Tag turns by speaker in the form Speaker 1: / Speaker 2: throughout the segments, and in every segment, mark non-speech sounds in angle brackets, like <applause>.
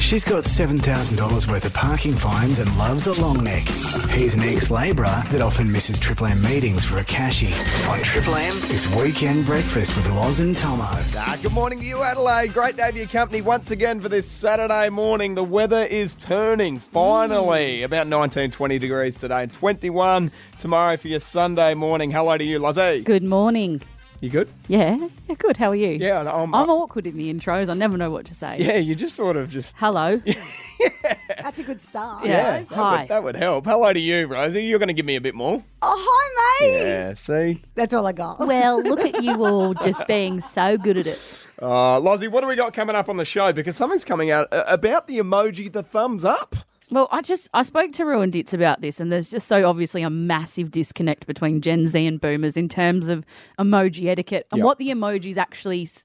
Speaker 1: She's got $7,000 worth of parking fines and loves a long neck. He's an ex labourer that often misses Triple M meetings for a cashie. On Triple M, it's Weekend Breakfast with Loz and Tomo.
Speaker 2: Ah, good morning to you, Adelaide. Great to have your company once again for this Saturday morning. The weather is turning finally. About 19, 20 degrees today, 21 tomorrow for your Sunday morning. Hello to you, Lozzie.
Speaker 3: Good morning.
Speaker 2: You good?
Speaker 3: Yeah, yeah, good. How are you?
Speaker 2: Yeah, and I'm.
Speaker 3: I'm awkward in the intros. I never know what to say.
Speaker 2: yeah, you just sort of just. <laughs>
Speaker 3: Hello. Yeah.
Speaker 4: That's a good start.
Speaker 2: Yeah, That
Speaker 3: Hi.
Speaker 2: would, that would help. Hello to you, Rosie. You're going to give me a bit more.
Speaker 4: Oh, hi, mate.
Speaker 2: Yeah, see?
Speaker 4: That's all I got.
Speaker 3: well, look at you all just being so good at it.
Speaker 2: Uh, Lozzie, what do we got coming up on the show? Because something's coming out uh, about the emoji, the thumbs up.
Speaker 3: Well, I just I spoke to Ruin Ditz about this, and there's just so obviously a massive disconnect between Gen Z and Boomers in terms of emoji etiquette and
Speaker 2: Yep.
Speaker 3: what the emojis actually s-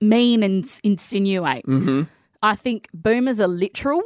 Speaker 3: mean and s- insinuate. Mm-hmm. I think Boomers are literal.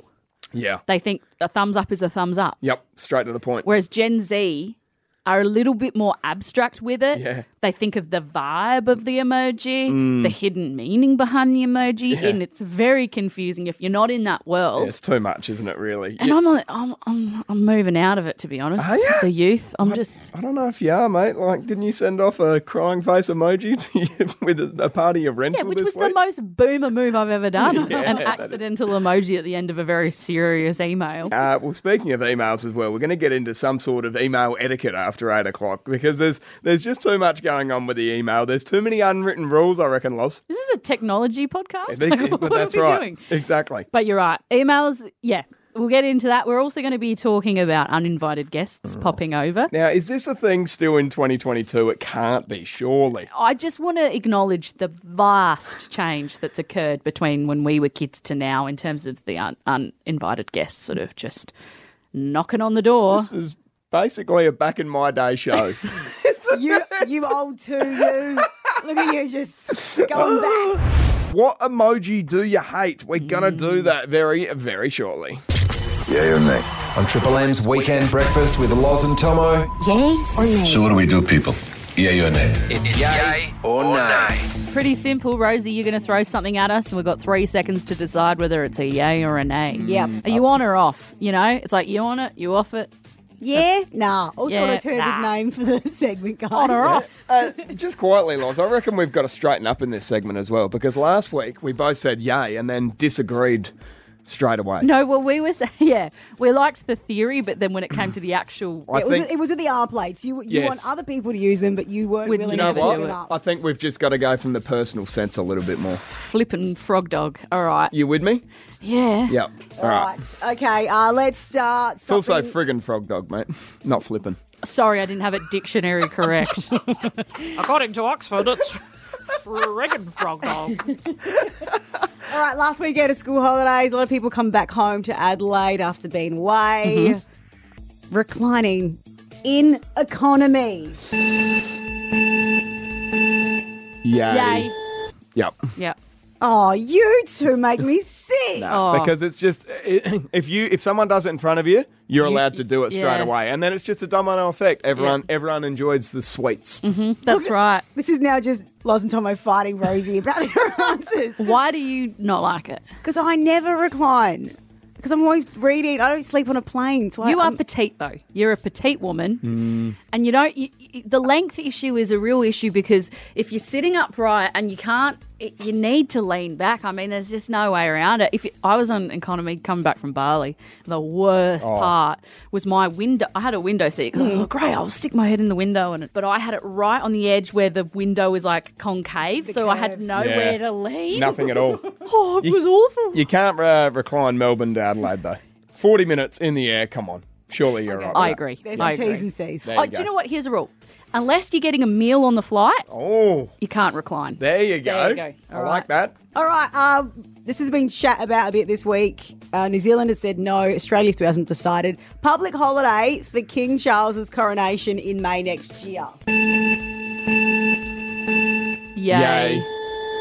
Speaker 2: Yeah.
Speaker 3: They think a thumbs up is a thumbs up.
Speaker 2: Yep, straight to the point.
Speaker 3: Whereas Gen Z are a little bit more abstract with it.
Speaker 2: Yeah. Mm.
Speaker 3: They think of the vibe of the emoji, the hidden meaning behind the emoji, and it's very confusing if you're not in that world.
Speaker 2: It's too much, isn't it, <laughs> really?
Speaker 3: And I'm, like, I'm I'm I'm moving out of it to be honest.
Speaker 2: Are ya?
Speaker 3: The youth, I'm just
Speaker 2: I don't know if you are, mate. Like, didn't you send off a crying face emoji <laughs> to you with a, a part of your rental
Speaker 3: yeah, which
Speaker 2: this
Speaker 3: was
Speaker 2: week?
Speaker 3: the most boomer move I've ever done.
Speaker 2: <laughs> Yeah,
Speaker 3: An
Speaker 2: that is-
Speaker 3: accidental emoji at the end of a very serious email.
Speaker 2: uh, well, speaking of emails as well, we're going to get into some sort of email etiquette after eight o'clock because there's there's just too much going on with the email. There's too many unwritten rules, I reckon,
Speaker 3: <laughs>
Speaker 2: Loz.
Speaker 3: This is a technology podcast.
Speaker 2: They-
Speaker 3: <laughs>
Speaker 2: <laughs>
Speaker 3: Like,
Speaker 2: but
Speaker 3: what
Speaker 2: that's
Speaker 3: are we
Speaker 2: right,
Speaker 3: doing?
Speaker 2: exactly.
Speaker 3: But you're right. Emails, yeah. We'll get into that. We're also going to be talking about uninvited guests popping over.
Speaker 2: Now, is this a thing still in 2022? It can't be, surely.
Speaker 3: I just want to acknowledge the vast change that's occurred between when we were kids to now in terms of the un- uninvited guests sort of just knocking on the door.
Speaker 2: This is basically a back in my day
Speaker 3: <laughs>
Speaker 2: show.
Speaker 4: you, you old two, you. Look at you just going <gasps> back.
Speaker 2: what emoji do you hate? We're going to
Speaker 3: Hmm.
Speaker 2: do that very, very shortly.
Speaker 5: on Triple M's Weekend Breakfast with Loz and Tomo.
Speaker 6: So what do we do, people? Yay or nay?
Speaker 3: Pretty simple, Rosie. You're going to throw something at us, and we've got three seconds to decide whether it's a yay or a nay.
Speaker 4: Yep.
Speaker 3: Are you on or off? You know, it's like you on it, you off it,
Speaker 4: Yeah? Nah. Also
Speaker 3: Yeah,
Speaker 4: an alternative
Speaker 3: nah.
Speaker 4: name for the <laughs> segment, guys.
Speaker 3: on or off.
Speaker 2: Uh, just quietly, Loz, I reckon we've got to straighten up in this segment as well because last week we both said yay and then disagreed straight away.
Speaker 3: No, well, we were <laughs> saying, yeah, we liked the theory, but then when it came to the actual
Speaker 2: I
Speaker 4: It was,
Speaker 2: think
Speaker 4: with, it was with the R plates. You, you
Speaker 2: Yes.
Speaker 4: want other people to use them, but you weren't
Speaker 3: Would
Speaker 2: you
Speaker 3: you
Speaker 4: willing
Speaker 2: know
Speaker 3: never
Speaker 4: to
Speaker 2: what?
Speaker 4: pick
Speaker 3: do
Speaker 4: them
Speaker 2: I
Speaker 4: up.
Speaker 2: think we've just got to go from the personal sense a little bit more.
Speaker 3: flippin' frog dog. All right.
Speaker 2: You with me?
Speaker 3: Yeah.
Speaker 2: Yep. All right. It's
Speaker 4: Right. Okay, uh, let's start.
Speaker 2: also
Speaker 4: something-
Speaker 2: friggin' frog dog, mate. Not flippin'.
Speaker 3: Sorry, I didn't have it dictionary correct.
Speaker 7: According to Oxford, it's
Speaker 3: <laughs>
Speaker 7: friggin' frog dog.
Speaker 4: All right, last weekend of school holidays, a lot of people come back home to Adelaide after being away, Mm-hmm. reclining in economy.
Speaker 2: Yay.
Speaker 3: Yay.
Speaker 2: Yep.
Speaker 3: Yep.
Speaker 4: Oh, you two make me sick.
Speaker 3: Oh.
Speaker 2: Because it's just if you if someone does it in front of you, you're allowed to do it straight
Speaker 3: yeah.
Speaker 2: away, and then it's just a domino effect. Everyone everyone enjoys the sweets.
Speaker 3: That's right.
Speaker 4: This is now just Loz and Tomo fighting Rosie about her <laughs> answers.
Speaker 3: Why do you not like it?
Speaker 4: Because I never recline. Because I'm always reading. I don't sleep on a plane. So I-
Speaker 3: You are
Speaker 4: I'm-
Speaker 3: petite, though. You're a petite woman.
Speaker 2: Mm.
Speaker 3: And you don't, you, you- the length issue is a real issue because if you're sitting upright and you can't, it, you need to lean back. I mean, there's just no way around it. If you, I was on economy coming back from Bali, the worst
Speaker 2: Oh.
Speaker 3: part was my window. I had a window seat. 'cause I
Speaker 2: Mm.
Speaker 3: thought, great, I'll stick my head in the window. and But I had it right on the edge where the window is like concave. so I had
Speaker 4: curve.
Speaker 3: nowhere
Speaker 2: Yeah.
Speaker 3: to lean.
Speaker 2: Nothing at all.
Speaker 3: <laughs> Oh, it was awful.
Speaker 2: You can't uh, recline Melbourne to Adelaide though. Forty minutes in the air. Come on, surely you're right.
Speaker 3: I
Speaker 2: with
Speaker 3: agree.
Speaker 4: There's
Speaker 3: I
Speaker 4: some
Speaker 3: agree.
Speaker 4: T's and C's.
Speaker 2: There
Speaker 3: Oh,
Speaker 2: you
Speaker 3: do
Speaker 2: go.
Speaker 3: you know what? Here's a rule. Unless you're getting a meal on the flight,
Speaker 2: that. Oh,
Speaker 3: you can't recline.
Speaker 2: there you go.
Speaker 3: There you go.
Speaker 2: I
Speaker 3: All
Speaker 2: like
Speaker 3: right.
Speaker 2: that.
Speaker 4: All right. Uh, this has been chat about a bit this week. Uh, New Zealand has said no. Australia still hasn't decided. Public holiday for King Charles's coronation in May next year.
Speaker 3: Yay.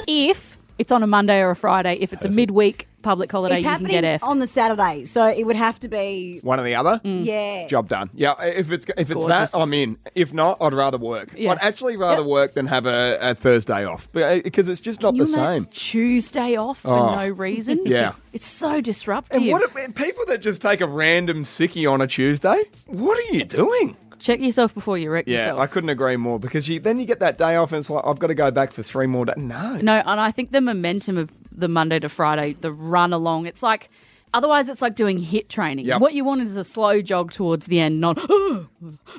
Speaker 3: If it's on a Monday or a Friday, if it's a midweek public holiday,
Speaker 4: it's
Speaker 3: you can get
Speaker 4: happening
Speaker 3: F.
Speaker 4: on the Saturday, so it would have to be
Speaker 2: One or the other.
Speaker 4: yeah.
Speaker 2: Job done. Yeah, if it's if it's
Speaker 3: Mm. Gorgeous.
Speaker 2: that, I'm in. If not, I'd rather work.
Speaker 3: Yeah.
Speaker 2: I'd actually rather
Speaker 3: Yep.
Speaker 2: work than have a, a Thursday off because it's just not
Speaker 3: Can you
Speaker 2: the
Speaker 3: imagine
Speaker 2: same.
Speaker 3: Tuesday off
Speaker 2: Oh.
Speaker 3: for no <laughs> reason.
Speaker 2: Yeah.
Speaker 3: it's so disruptive.
Speaker 2: And what are, people that just take a random sickie on a Tuesday? What are you doing?
Speaker 3: Check yourself before you wreck
Speaker 2: Yeah,
Speaker 3: yourself.
Speaker 2: I couldn't agree more because you then you get that day off and it's like I've got to go back for three more days. No,
Speaker 3: No, and I think the momentum of the Monday to Friday, the run along, it's like otherwise it's like doing hit training.
Speaker 2: Yep.
Speaker 3: What you want is a slow jog towards the end, not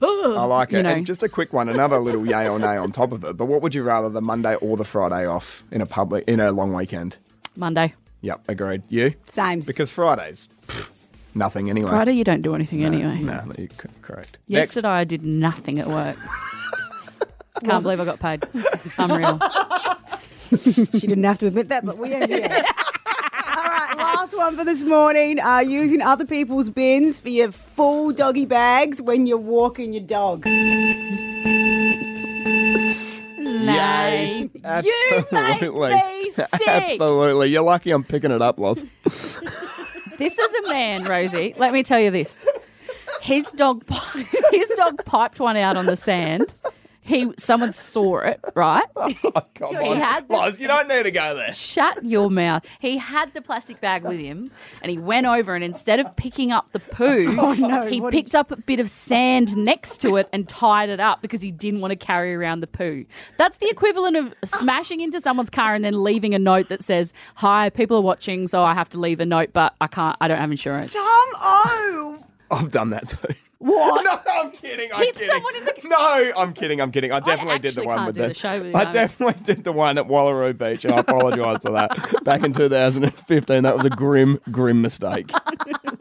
Speaker 2: I like it.
Speaker 3: you know.
Speaker 2: And just a quick one, another little yay or nay on top of it. But what would you rather, the Monday or the Friday off in a public in a long weekend?
Speaker 3: Monday.
Speaker 2: Yep, agreed. You
Speaker 4: Same.
Speaker 2: because Fridays, pff, nothing anyway.
Speaker 3: Friday you don't do anything anyway.
Speaker 2: No, you c- correct. Next.
Speaker 3: Yesterday I did nothing at <laughs> work. Can't believe I got <laughs> paid. Unreal.
Speaker 4: She didn't have to admit that, but we
Speaker 2: <laughs>
Speaker 4: are here. All right, last one for this morning. Uh, using other people's bins for your full doggy bags when you're walking your dog.
Speaker 2: Yay. Absolutely. <laughs>
Speaker 3: me sick.
Speaker 2: Absolutely. You're lucky I'm picking it up, Loves.
Speaker 3: This is a man, Rosie. Let me tell you this. His dog, <laughs> pi- his dog piped one out on the sand. He, someone saw it, right?
Speaker 2: Come
Speaker 3: He had the-
Speaker 2: Loz, you don't need to go there.
Speaker 3: Shut your mouth. He had the plastic bag with him, and he went over, and instead of picking up the poo,
Speaker 4: no,
Speaker 3: he
Speaker 4: what did-
Speaker 3: picked up a bit of sand next to it and tied it up because he didn't want to carry around the poo. That's the equivalent of smashing into someone's car and then leaving a note that says, "Hi, people are watching, so I have to leave a note, but I can't. I don't have insurance."
Speaker 4: Tom, oh,
Speaker 2: I've done that too.
Speaker 3: What?
Speaker 2: <laughs> No, I'm kidding. I'm
Speaker 3: Hit
Speaker 2: kidding.
Speaker 3: someone in the-
Speaker 2: <laughs> No, I'm kidding. I'm kidding. I definitely did the
Speaker 3: actually
Speaker 2: one
Speaker 3: can't
Speaker 2: with
Speaker 3: do the show with
Speaker 2: <laughs>
Speaker 3: you,
Speaker 2: I
Speaker 3: Mark.
Speaker 2: definitely did the one at Wallaroo Beach, and I apologise for that. Back in 2015, that was a grim, grim mistake.
Speaker 3: <laughs>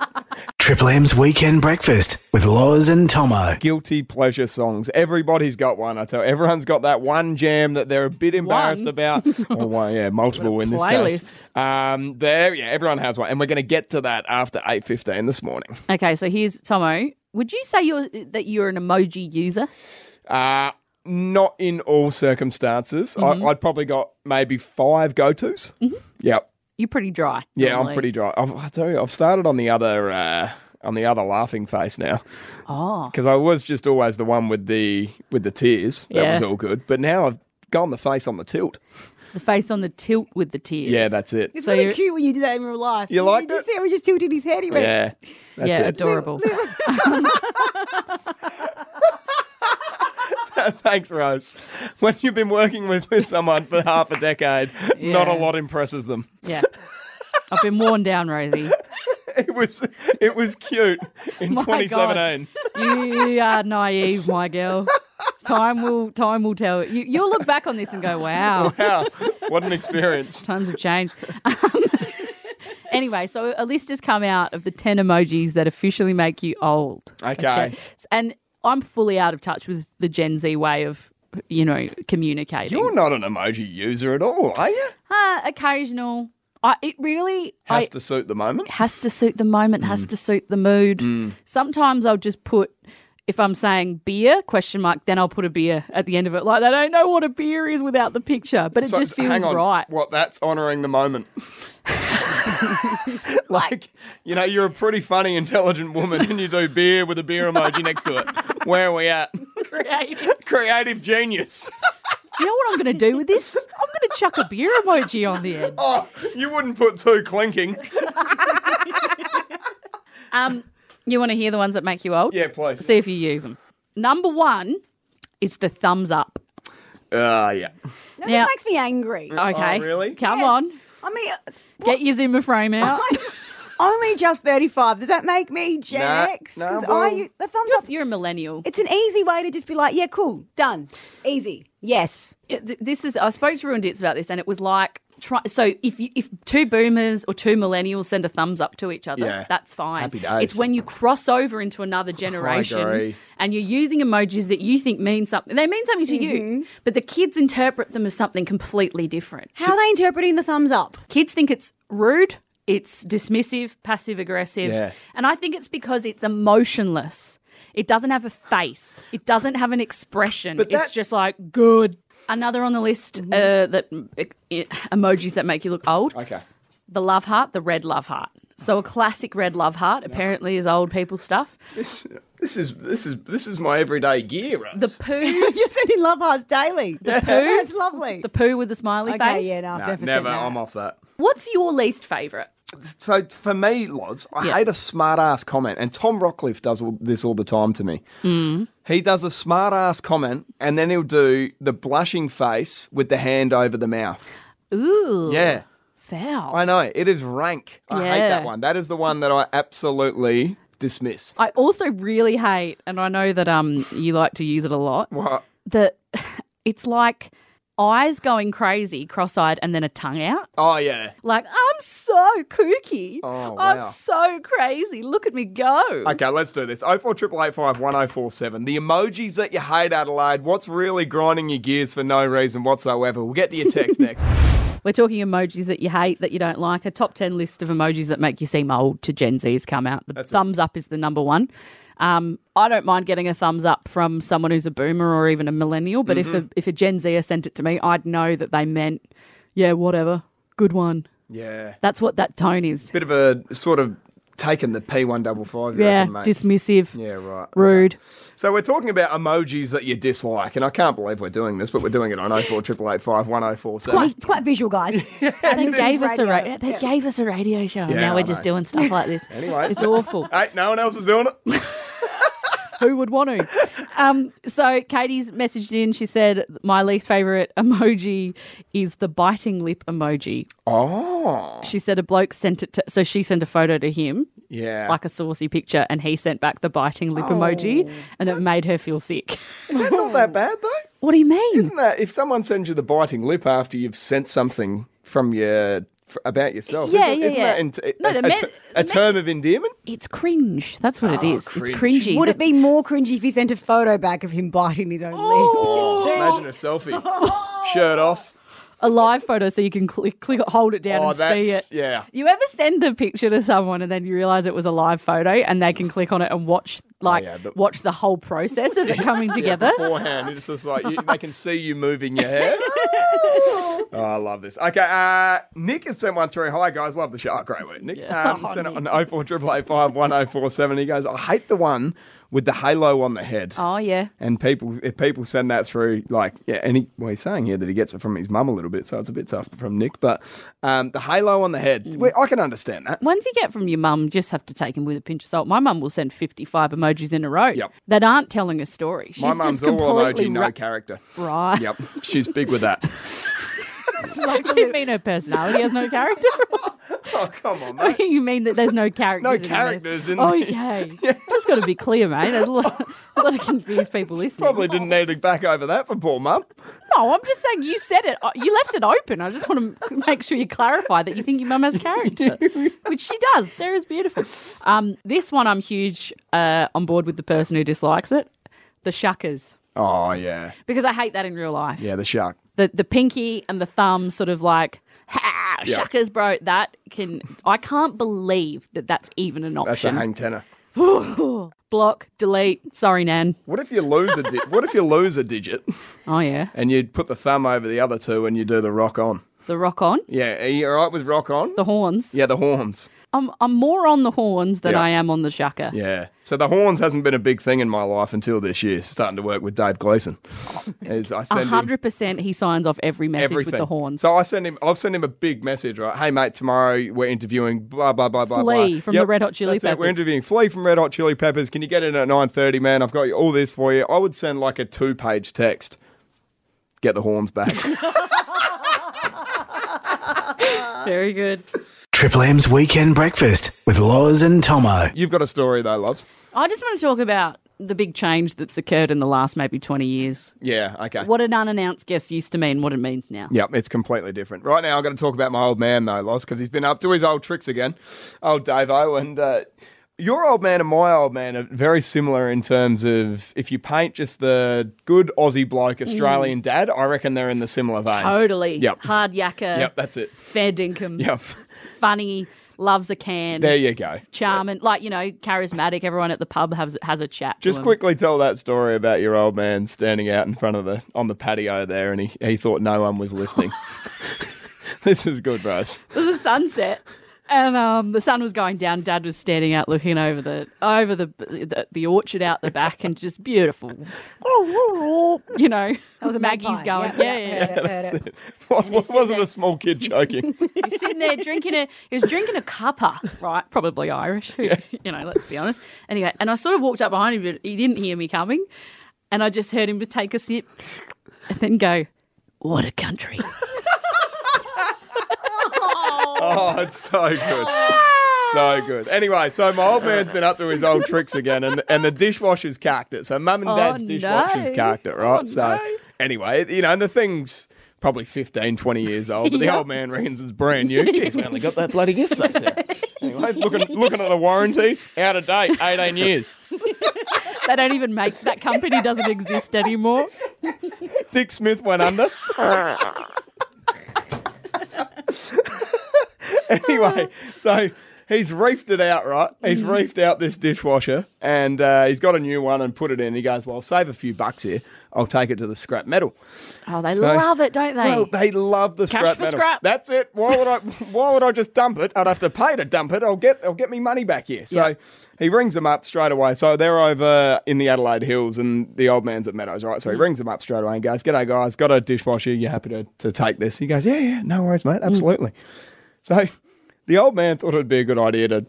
Speaker 1: Triple M's Weekend Breakfast with Loz and Tomo.
Speaker 2: Guilty pleasure songs. Everybody's got one. I tell. Everyone's got that one jam that they're a bit embarrassed
Speaker 3: One? <laughs>
Speaker 2: about. Or one, yeah, multiple in this case. Um, there, yeah, everyone has one, and we're going to get to that after 8:15 this morning.
Speaker 3: Okay, so here's Tomo. Would you say you're that you're an emoji user?
Speaker 2: Uh, not in all circumstances.
Speaker 3: Mm-hmm.
Speaker 2: I, I'd probably got maybe five go tos. Yep.
Speaker 3: You're pretty dry.
Speaker 2: Yeah,
Speaker 3: normally.
Speaker 2: I'm pretty dry. I've, I tell you, I've started on the other uh, on the other laughing face now
Speaker 3: Oh,
Speaker 2: because I was just always the one with the with the tears. That
Speaker 3: Yeah.
Speaker 2: was all good, but now I've gone the face on the tilt.
Speaker 3: the face on the tilt with the tears.
Speaker 2: Yeah, that's it.
Speaker 4: it's
Speaker 3: So
Speaker 4: really
Speaker 3: you're-
Speaker 4: cute when you do that in real life.
Speaker 2: You liked
Speaker 4: did
Speaker 2: it?
Speaker 4: You see, how he just tilted his head. He went,
Speaker 2: Yeah, that's
Speaker 3: yeah,
Speaker 2: it.
Speaker 3: adorable.
Speaker 2: <laughs> Thanks, Rose. When you've been working with, with someone for half a decade, not a
Speaker 3: Yeah.
Speaker 2: lot impresses them. <laughs>
Speaker 3: yeah. I've been worn down, Rosie.
Speaker 2: It was it was cute in
Speaker 3: My God.
Speaker 2: 2017.
Speaker 3: You are naive, my girl. Time will time will tell. You, you'll look back on this and go, "Wow,
Speaker 2: Wow, what an experience!
Speaker 3: times have changed." Um, <laughs> anyway, so a list has come out of the ten emojis that officially make you old.
Speaker 2: <laughs> Okay.
Speaker 3: and I'm fully out of touch with the Gen Z way of you know communicating.
Speaker 2: You're not an emoji user at all, are you?
Speaker 3: Uh, occasional. I, it really
Speaker 2: Has
Speaker 3: I,
Speaker 2: to suit the moment.
Speaker 3: has to suit the moment, has
Speaker 2: Mm.
Speaker 3: to suit the mood. Sometimes I'll just put if I'm saying beer question mark, then I'll put a beer at the end of it. Like they don't know what a beer is without the picture, but it
Speaker 2: So-
Speaker 3: just
Speaker 2: so
Speaker 3: feels
Speaker 2: hang on.
Speaker 3: right.
Speaker 2: What that's honouring the moment. <laughs> like you know, you're a pretty funny, intelligent woman, and you do beer with a beer emoji next to it. Where are we at? <laughs>
Speaker 3: Creative. <laughs> Do
Speaker 2: Creative genius. <laughs>
Speaker 3: you know what I'm going to do with this? I'm going to chuck a beer emoji on the end.
Speaker 2: Oh, you wouldn't put two clinking.
Speaker 3: Um, you want to hear the ones that make you old?
Speaker 2: Yeah, please.
Speaker 3: See if you use them. Number one is the thumbs up.
Speaker 2: Ah, yeah.
Speaker 4: no,
Speaker 3: Now-
Speaker 4: this makes me angry.
Speaker 2: Mm.
Speaker 3: Okay.
Speaker 2: Oh, really?
Speaker 3: Come
Speaker 4: Yes.
Speaker 3: on.
Speaker 4: I mean,
Speaker 3: Get your Zimmer frame out.
Speaker 4: only just 35. Does that make me Gen
Speaker 2: Nah,
Speaker 4: X?
Speaker 2: nah,
Speaker 4: 'Cause
Speaker 2: well-
Speaker 4: I, u- the thumbs up.
Speaker 3: You're a millennial.
Speaker 4: It's an easy way to just be like, yeah, cool, done. Easy. Yes.
Speaker 3: it- th- this is I spoke to Ruin Dits about this, and it was like try, so if you, if two boomers or two millennials send a thumbs up to each other,
Speaker 2: Yeah.
Speaker 3: that's fine.
Speaker 2: Happy days.
Speaker 3: It's when you cross over into another generation
Speaker 2: agree.
Speaker 3: and you're using emojis that you think mean something. They mean something to
Speaker 2: Mm-hmm.
Speaker 3: you, but the kids interpret them as something completely different.
Speaker 4: How are they interpreting the thumbs up? <laughs>
Speaker 3: Kids think it's rude. It's dismissive, passive aggressive.
Speaker 2: Yeah.
Speaker 3: And I think it's because it's emotionless. It doesn't have a face. It doesn't have an expression.
Speaker 2: But
Speaker 3: it's
Speaker 2: that-
Speaker 3: just like good. Another on the list uh, eh, that uh, emojis that make you look old.
Speaker 2: Okay.
Speaker 3: the love heart, the red love heart. So a classic red love heart apparently is old people stuff.
Speaker 2: This, this is this is this is my everyday gear. Russ.
Speaker 3: The poo,
Speaker 4: You're sending love hearts daily. That's lovely.
Speaker 3: the poo with the smiley
Speaker 4: <laughs> okay,
Speaker 3: face.
Speaker 4: yeah, no, I've
Speaker 2: Nah,
Speaker 4: definitely
Speaker 2: never.
Speaker 4: That.
Speaker 2: I'm off that.
Speaker 3: What's your least favourite?
Speaker 2: So for me, Lods, I
Speaker 3: Yeah.
Speaker 2: hate a smart ass comment, and Tom Rockcliffe does all, this all the time to me.
Speaker 3: Mm.
Speaker 2: He does a smart ass comment, and then he'll do the blushing face with the hand over the mouth.
Speaker 3: Ooh,
Speaker 2: Yeah,
Speaker 3: foul.
Speaker 2: I know it is rank. I hate that
Speaker 3: Yeah.
Speaker 2: one. That is the one that I absolutely dismiss.
Speaker 3: I also really hate, and I know that um you like to use it a lot.
Speaker 2: What?
Speaker 3: That <laughs> it's like eyes going crazy, cross-eyed, and then a tongue out.
Speaker 2: Oh yeah.
Speaker 3: Like I'm so kooky.
Speaker 2: Oh, wow.
Speaker 3: I'm so crazy. Look at me go.
Speaker 2: Okay, let's do this. 0488851047. The emojis that you hate, Adelaide. What's really grinding your gears for no reason whatsoever? We'll get to your
Speaker 3: <laughs>
Speaker 2: text next.
Speaker 3: We're talking emojis that you hate, that you don't like. A top 10 list of emojis that make you seem old to Gen Z has come out. The thumbs up is the number one. Um, I don't mind getting a thumbs up from someone who's a boomer or even a millennial, but
Speaker 2: Mm-hmm.
Speaker 3: if, a, if a Gen Zer sent it to me, I'd know that they meant, yeah, whatever, good one.
Speaker 2: Yeah.
Speaker 3: That's what that tone is.
Speaker 2: Bit of a sort of taking the P155. you
Speaker 3: Yeah,
Speaker 2: reckon, mate?
Speaker 3: dismissive,
Speaker 2: yeah, right.
Speaker 3: rude.
Speaker 2: So we're talking about emojis that you dislike, and I can't believe we're doing this, but we're doing it on 0488851047.
Speaker 4: Quite, it's quite visual, guys.
Speaker 2: <laughs>
Speaker 3: They
Speaker 4: this
Speaker 3: gave
Speaker 4: is
Speaker 3: us a
Speaker 4: radio.
Speaker 3: ra- they gave us a radio show, and
Speaker 2: Yeah,
Speaker 3: now
Speaker 2: I
Speaker 3: we're just
Speaker 2: know.
Speaker 3: doing stuff like this.
Speaker 2: <laughs> Anyway.
Speaker 3: it's awful.
Speaker 2: Hey, no one else is doing it.
Speaker 3: Who would want to? Um, so Katie's messaged in. She said, "My least favorite emoji is the biting lip emoji."
Speaker 2: Oh.
Speaker 3: She said a bloke sent it to, so she sent a photo to him,
Speaker 2: Yeah.
Speaker 3: like a saucy picture, and he sent back the biting lip
Speaker 2: Oh.
Speaker 3: emoji, and it made her feel sick.
Speaker 2: is that not that bad, though?
Speaker 3: what do you mean?
Speaker 2: Isn't that if someone sends you the biting lip after you've sent something from your f- about yourself?
Speaker 3: Yeah,
Speaker 2: isn't,
Speaker 3: yeah,
Speaker 2: isn't
Speaker 3: yeah.
Speaker 2: that in- t-
Speaker 3: No,
Speaker 2: a,
Speaker 3: the
Speaker 2: a
Speaker 3: me-
Speaker 2: t-
Speaker 3: the
Speaker 2: a
Speaker 3: mess-
Speaker 2: term of endearment?
Speaker 3: it's cringe. That's what it
Speaker 2: Oh,
Speaker 3: is. It's
Speaker 2: cringe.
Speaker 3: cringy.
Speaker 4: Would it be more cringy if he sent a photo back of him biting his own leg?
Speaker 2: Oh, imagine a selfie,
Speaker 3: <laughs>
Speaker 2: shirt off.
Speaker 3: a live photo, so you can click, click, it, hold it down
Speaker 2: Oh,
Speaker 3: and see it.
Speaker 2: that's yeah.
Speaker 3: You ever send a picture to someone and then you realize it was a live photo and they can click on it and watch like
Speaker 2: Oh, yeah, but-
Speaker 3: watch the whole
Speaker 2: <laughs>
Speaker 3: process of it coming
Speaker 2: Yeah,
Speaker 3: together?
Speaker 2: beforehand, it's just like you, they can see you moving your
Speaker 3: <laughs>
Speaker 2: hair. oh, I love this. Okay, uh, Nick has sent one through. Hi guys, love the show. Oh, Great work, Nick.
Speaker 3: <laughs>
Speaker 2: Um, sent it on 0488511047. oh, He goes, I hate the one with the halo on the head.
Speaker 3: Oh yeah.
Speaker 2: And people, if people send that through, like, yeah, and he, well, he's saying here that he gets it from his mum a little bit, so it's a bit tough from Nick. But um, the halo on the head,
Speaker 3: Mm.
Speaker 2: well, I can understand that.
Speaker 3: Ones you get from your mum, just have to take them with a pinch of salt. My mum will send 55 emojis in a row
Speaker 2: Yep.
Speaker 3: that aren't telling a story. She's
Speaker 2: My
Speaker 3: just
Speaker 2: mum's all
Speaker 3: completely
Speaker 2: emoji, no
Speaker 3: ra-
Speaker 2: character.
Speaker 3: right. <laughs>
Speaker 2: Yep, she's big with that.
Speaker 3: What do you mean her personality has no character?
Speaker 2: <laughs> oh, come on, mate.
Speaker 3: <laughs> you mean
Speaker 2: <laughs>
Speaker 3: that there's no characters? in this? Oh,
Speaker 2: characters in the- <laughs>
Speaker 3: Okay. Just got to be clear, mate. There's a lot, <laughs> a lot of confused people listening.
Speaker 2: Probably didn't need to back over that for poor mum.
Speaker 3: No, I'm just saying you said it. Uh, You left it open. I just want to <laughs> make sure you clarify that you think your mum has character, which she does. Sarah's beautiful. Um, this one, I'm huge uh, on board with the person who dislikes it, the shuckers,
Speaker 2: Oh, yeah.
Speaker 3: because I hate that in real life.
Speaker 2: Yeah, the shark.
Speaker 3: The the pinky and the thumb, sort of like. Ha,
Speaker 2: Yeah.
Speaker 3: shuckers, bro. That can I can't believe that that's even an
Speaker 2: That's
Speaker 3: option.
Speaker 2: a hang tenor.
Speaker 3: Block, delete. Sorry, Nan.
Speaker 2: What if you lose a di- <laughs> What if you lose a digit
Speaker 3: Oh yeah,
Speaker 2: and you put the thumb over the other two and you do the rock on?
Speaker 3: the rock on,
Speaker 2: Yeah, are you all right with rock on?
Speaker 3: the horns.
Speaker 2: yeah, the horns.
Speaker 3: I'm I'm more on the horns than
Speaker 2: Yeah.
Speaker 3: I am on the shucker.
Speaker 2: Yeah. So the horns hasn't been a big thing in my life until this year, starting to work with Dave Gleason. As I
Speaker 3: A
Speaker 2: send him
Speaker 3: hundred percent, he signs off every message
Speaker 2: everything.
Speaker 3: with the horns.
Speaker 2: So I send him I've sent him a big message, right? Hey mate, tomorrow we're interviewing blah blah blah blah
Speaker 3: Flea
Speaker 2: blah.
Speaker 3: from the Red Hot Chili
Speaker 2: that's it. We're
Speaker 3: Peppers.
Speaker 2: interviewing Flea from Red Hot Chili Peppers. Can you get in at nine thirty, man? I've got you all this for you. I would send like a two page text. Get the horns
Speaker 3: <laughs>
Speaker 2: back.
Speaker 3: Very good.
Speaker 1: Triple M's Weekend Breakfast with Loz and Tomo.
Speaker 2: You've got a story though, loves.
Speaker 3: I just want to talk about the big change that's occurred in the last maybe twenty years.
Speaker 2: Yeah, okay.
Speaker 3: What an unannounced guest used to mean, what it means now.
Speaker 2: Yep, it's completely different. Right now, I'm going to talk about my old man, though, Loz, because he's been up to his old tricks again. Old Davo. And uh, your old man and my old man are very similar in terms of if you paint just the good Aussie bloke, Australian dad, I reckon they're in the similar vein.
Speaker 3: Totally.
Speaker 2: Yep.
Speaker 3: Hard yakka.
Speaker 2: Yep, that's it.
Speaker 3: Fair dinkum.
Speaker 2: Yep. <laughs>
Speaker 3: Funny. Loves a can.
Speaker 2: There you go.
Speaker 3: charming. Like you know, charismatic. Everyone at the pub has has a chat. to
Speaker 2: Just
Speaker 3: him.
Speaker 2: quickly tell that story about your old man standing out in front of the on the patio there, and he, he thought no one was listening. <laughs> This is good, Bryce.
Speaker 3: It was a sunset. And um, the sun was going down. Dad was standing out, looking over the over the the, the orchard out the back, and just beautiful. You know, that
Speaker 4: was a
Speaker 3: Maggie's
Speaker 4: magpie.
Speaker 3: going.
Speaker 4: Yep,
Speaker 3: Yeah,
Speaker 4: yep,
Speaker 3: yeah.
Speaker 4: heard it, heard it.
Speaker 2: It <laughs>
Speaker 3: sitting
Speaker 2: wasn't
Speaker 3: there-
Speaker 2: a small kid joking.
Speaker 3: He's sitting there drinking a. He was drinking a cuppa, right? Probably Irish. who- <laughs> You know, let's be honest. Anyway, and I sort of walked up behind him, but he didn't hear me coming, and I just heard him take a sip, and then go, "What a country!"
Speaker 2: Oh, it's so good. So good. Anyway, so my old man's been up to his old tricks again, and and the dishwasher's cacked it. So mum and
Speaker 3: Oh,
Speaker 2: dad's dishwasher's
Speaker 3: no.
Speaker 2: cacked it, right?
Speaker 3: Oh,
Speaker 2: so
Speaker 3: no.
Speaker 2: anyway, you know, and the thing's probably 15, 20 years old, but the
Speaker 3: Yeah.
Speaker 2: old man reckons it's brand
Speaker 3: <laughs>
Speaker 2: new. Jeez, we only got that bloody yesterday, sir. Anyway, looking, looking at the warranty, out of date, 18 years.
Speaker 3: They don't even make that company doesn't exist anymore.
Speaker 2: Dick Smith went under. anyway, so he's reefed it out, right? He's reefed out this dishwasher and uh, he's got a new one and put it in. He goes, Well, save a few bucks here. I'll take it to the scrap metal.
Speaker 3: Oh, they
Speaker 2: So-
Speaker 3: love it, don't they?
Speaker 2: Well, they love the scrap
Speaker 3: for
Speaker 2: metal.
Speaker 3: scrap.
Speaker 2: That's it. Why would I? <laughs> Why would I just dump it? I'd have to pay to dump it. I'll get. I'll get me money back here. So he rings them up straight away. So they're over in the Adelaide Hills, and the old man's at Meadows, right? So
Speaker 3: Mm.
Speaker 2: he rings them up straight away and goes, "G'day guys, got a dishwasher. You happy to to take this?" He goes, "Yeah, yeah, no worries,
Speaker 3: Mm.
Speaker 2: mate. Absolutely." So the old man thought it'd be a good idea to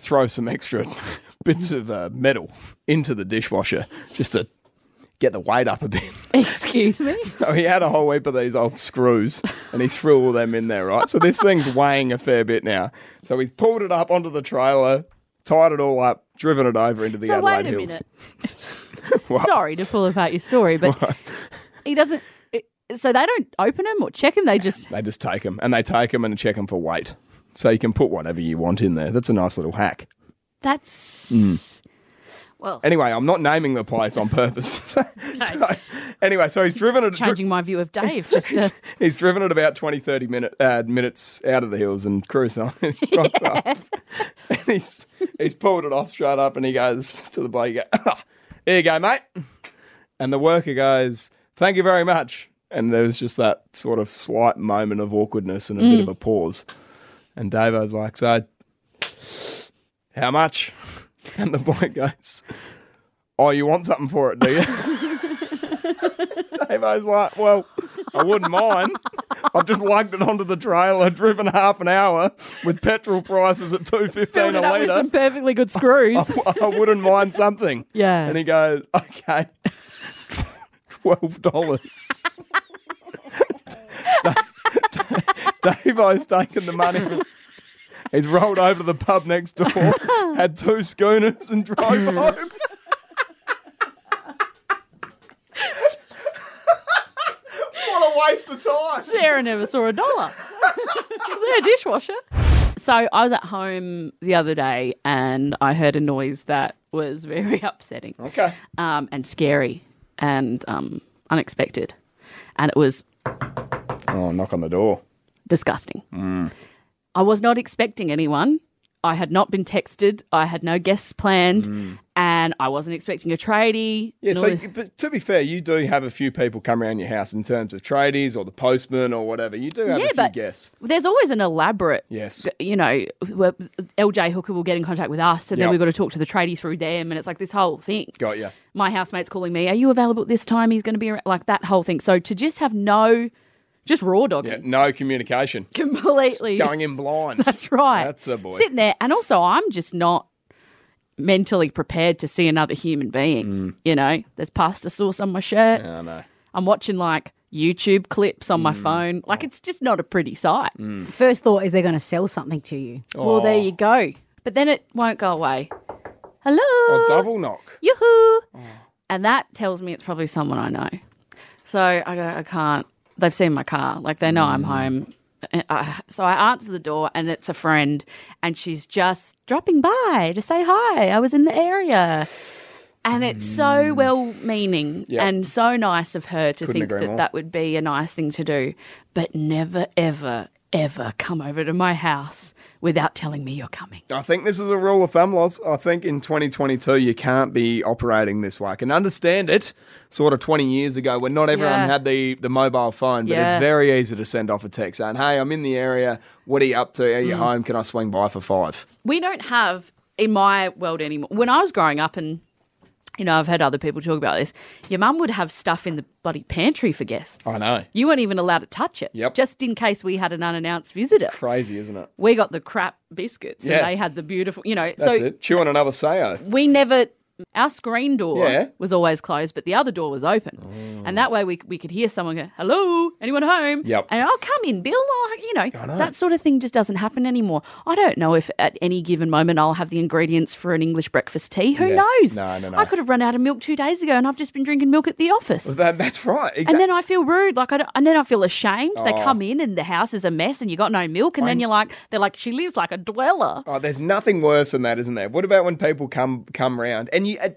Speaker 2: throw some extra <laughs> bits of uh, metal into the dishwasher just to get the weight up a bit.
Speaker 3: <laughs>
Speaker 2: <laughs>
Speaker 3: Excuse me.
Speaker 2: So he had a whole heap of these old screws and he threw all them in there, right? So this thing's weighing a fair bit now. So he's pulled it up onto the trailer, tied it all up, driven it over into the
Speaker 3: so
Speaker 2: Adelaide
Speaker 3: wait a
Speaker 2: Hills. <laughs>
Speaker 3: minute. Sorry to pull apart your story, but he doesn't. It, so they don't open them or check them. They just
Speaker 2: They just take them and they take them and check them for weight. So you can put whatever you want in there. That's a nice little hack.
Speaker 3: that's.
Speaker 2: Mm.
Speaker 3: Well,
Speaker 2: Anyway, I'm not naming the place on purpose. <laughs> so, anyway, so he's driven it.
Speaker 3: changing my view
Speaker 2: <laughs>
Speaker 3: of Dave. Just to, <laughs>
Speaker 2: He's driven it about 20, 30 minute, uh, minutes out of the hills and cruising on. <laughs> And, he rocks up. and he's, he's pulled it off straight up and he goes to the bloke, <laughs> "Ah, he goes, there you go, mate. And the worker goes, thank you very much. And there was just that sort of slight moment of awkwardness and a bit of
Speaker 3: Mm.
Speaker 2: a pause. And Dave was like, so how much? <laughs> And the boy goes, oh, you want something for it, do you? <laughs> Dave was like, well, I wouldn't mind. I've just lugged it onto the trailer, driven half an hour with petrol prices at two fifteen
Speaker 3: filled
Speaker 2: a
Speaker 3: it up with
Speaker 2: litre.
Speaker 3: some perfectly good screws.
Speaker 2: <laughs> I wouldn't mind something.
Speaker 3: Yeah.
Speaker 2: Oh. And he goes, okay, twelve dollars. Davo's taken the money. He's rolled over to the pub next door, had two schooners, and drove home. what a waste of time!
Speaker 3: Sarah never saw
Speaker 2: <laughs>
Speaker 3: a dollar. Is there a dishwasher? So I was at home the other day and I heard a noise that was very <laughs> upsetting.
Speaker 2: Okay.
Speaker 3: um, and scary and um, unexpected. And it was
Speaker 2: Oh, knock on the door.
Speaker 3: disgusting.
Speaker 2: Mm.
Speaker 3: I was not expecting anyone. I had not been texted. I had no guests planned. And I wasn't expecting a tradie.
Speaker 2: Mm. Yeah,
Speaker 3: and
Speaker 2: so
Speaker 3: all
Speaker 2: you- but to be fair, you do have a few people come around your house in terms of tradies or the postman or whatever. You do have
Speaker 3: Yeah,
Speaker 2: a few
Speaker 3: but-
Speaker 2: guests.
Speaker 3: there's always an elaborate,
Speaker 2: Yes.
Speaker 3: you know, where LJ Hooker will get in contact with us and
Speaker 2: Yep.
Speaker 3: then we've got to talk to the tradie through them. And it's like this whole thing.
Speaker 2: Got you.
Speaker 3: my housemate's calling me, are you available at this time? He's going to be around, like that whole thing. So to just have no, just raw dogging
Speaker 2: Yeah, no communication.
Speaker 3: <laughs> completely.
Speaker 2: Going in blind.
Speaker 3: <laughs> That's right.
Speaker 2: That's a boy.
Speaker 3: Sitting there, and also I'm just not mentally prepared to see another human being.
Speaker 2: Mm.
Speaker 3: You know, there's pasta sauce on my shirt.
Speaker 2: I know.
Speaker 3: I'm watching like YouTube clips on my
Speaker 2: Mm.
Speaker 3: phone. Like
Speaker 2: Oh.
Speaker 3: it's just not a pretty sight.
Speaker 2: <laughs>
Speaker 4: First thought is they're going to sell something to you.
Speaker 3: Well,
Speaker 2: Oh.
Speaker 3: there you go. But then it won't go away. Hello.
Speaker 2: Or double knock.
Speaker 3: Yoo-hoo.
Speaker 2: Oh.
Speaker 3: And that tells me it's probably someone I know. So I go, I can't. They've seen my car. Like they know I'm
Speaker 2: Mm.
Speaker 3: home. And I- So I answer the door and it's a friend and she's just dropping by to say hi. I was in the area. And it's so well meaning
Speaker 2: Mm. Yep.
Speaker 3: and so nice of her to
Speaker 2: Couldn't
Speaker 3: think
Speaker 2: agree
Speaker 3: that
Speaker 2: more.
Speaker 3: that would be a nice thing to do. But never, ever, ever come over to my house without telling me you're coming.
Speaker 2: I think this is a rule of thumb, Loz. I think in 2022 you can't be operating this way. I can understand it, sort of 20 years ago when not everyone
Speaker 3: Yeah.
Speaker 2: had the, the mobile phone, but it's
Speaker 3: Yeah.
Speaker 2: very easy to send off a text saying, "Hey, I'm in the area. What are you up to? Are
Speaker 3: Mm.
Speaker 2: you home? Can I swing by for five?
Speaker 3: we don't have in my world anymore. When I was growing up, and you know, I've heard other people talk about this. Your mum would have stuff in the bloody pantry for guests.
Speaker 2: I know.
Speaker 3: You weren't even allowed to touch it.
Speaker 2: Yep.
Speaker 3: Just in case we had an unannounced visitor.
Speaker 2: Crazy, isn't it?
Speaker 3: We got the crap biscuits,
Speaker 2: Yeah.
Speaker 3: and they had the beautiful. You know,
Speaker 2: That's
Speaker 3: so
Speaker 2: it. Chew on another sayo.
Speaker 3: <laughs> we never. Our screen door
Speaker 2: Yeah.
Speaker 3: was always closed, but the other door was open, and that way we we could hear someone go, "Hello, anyone home?"
Speaker 2: Yep.
Speaker 3: And I'll come in, Bill. Or, you know, that sort of thing just doesn't happen anymore. I don't know if at any given moment I'll have the ingredients for an English breakfast tea. Who
Speaker 2: Yeah.
Speaker 3: knows?
Speaker 2: No, no, no.
Speaker 3: I could have run out of milk two days ago, and I've just been drinking milk at the office.
Speaker 2: That, that's right.
Speaker 3: and
Speaker 2: Exactly.
Speaker 3: then I feel rude, like I don't, and then I feel ashamed. They
Speaker 2: Oh.
Speaker 3: come in and the house is a mess, and you got no milk, and then you're like, they're like, she lives like a dweller.
Speaker 2: Oh, there's nothing worse than that, isn't there? What about when people come come round and you? Uh,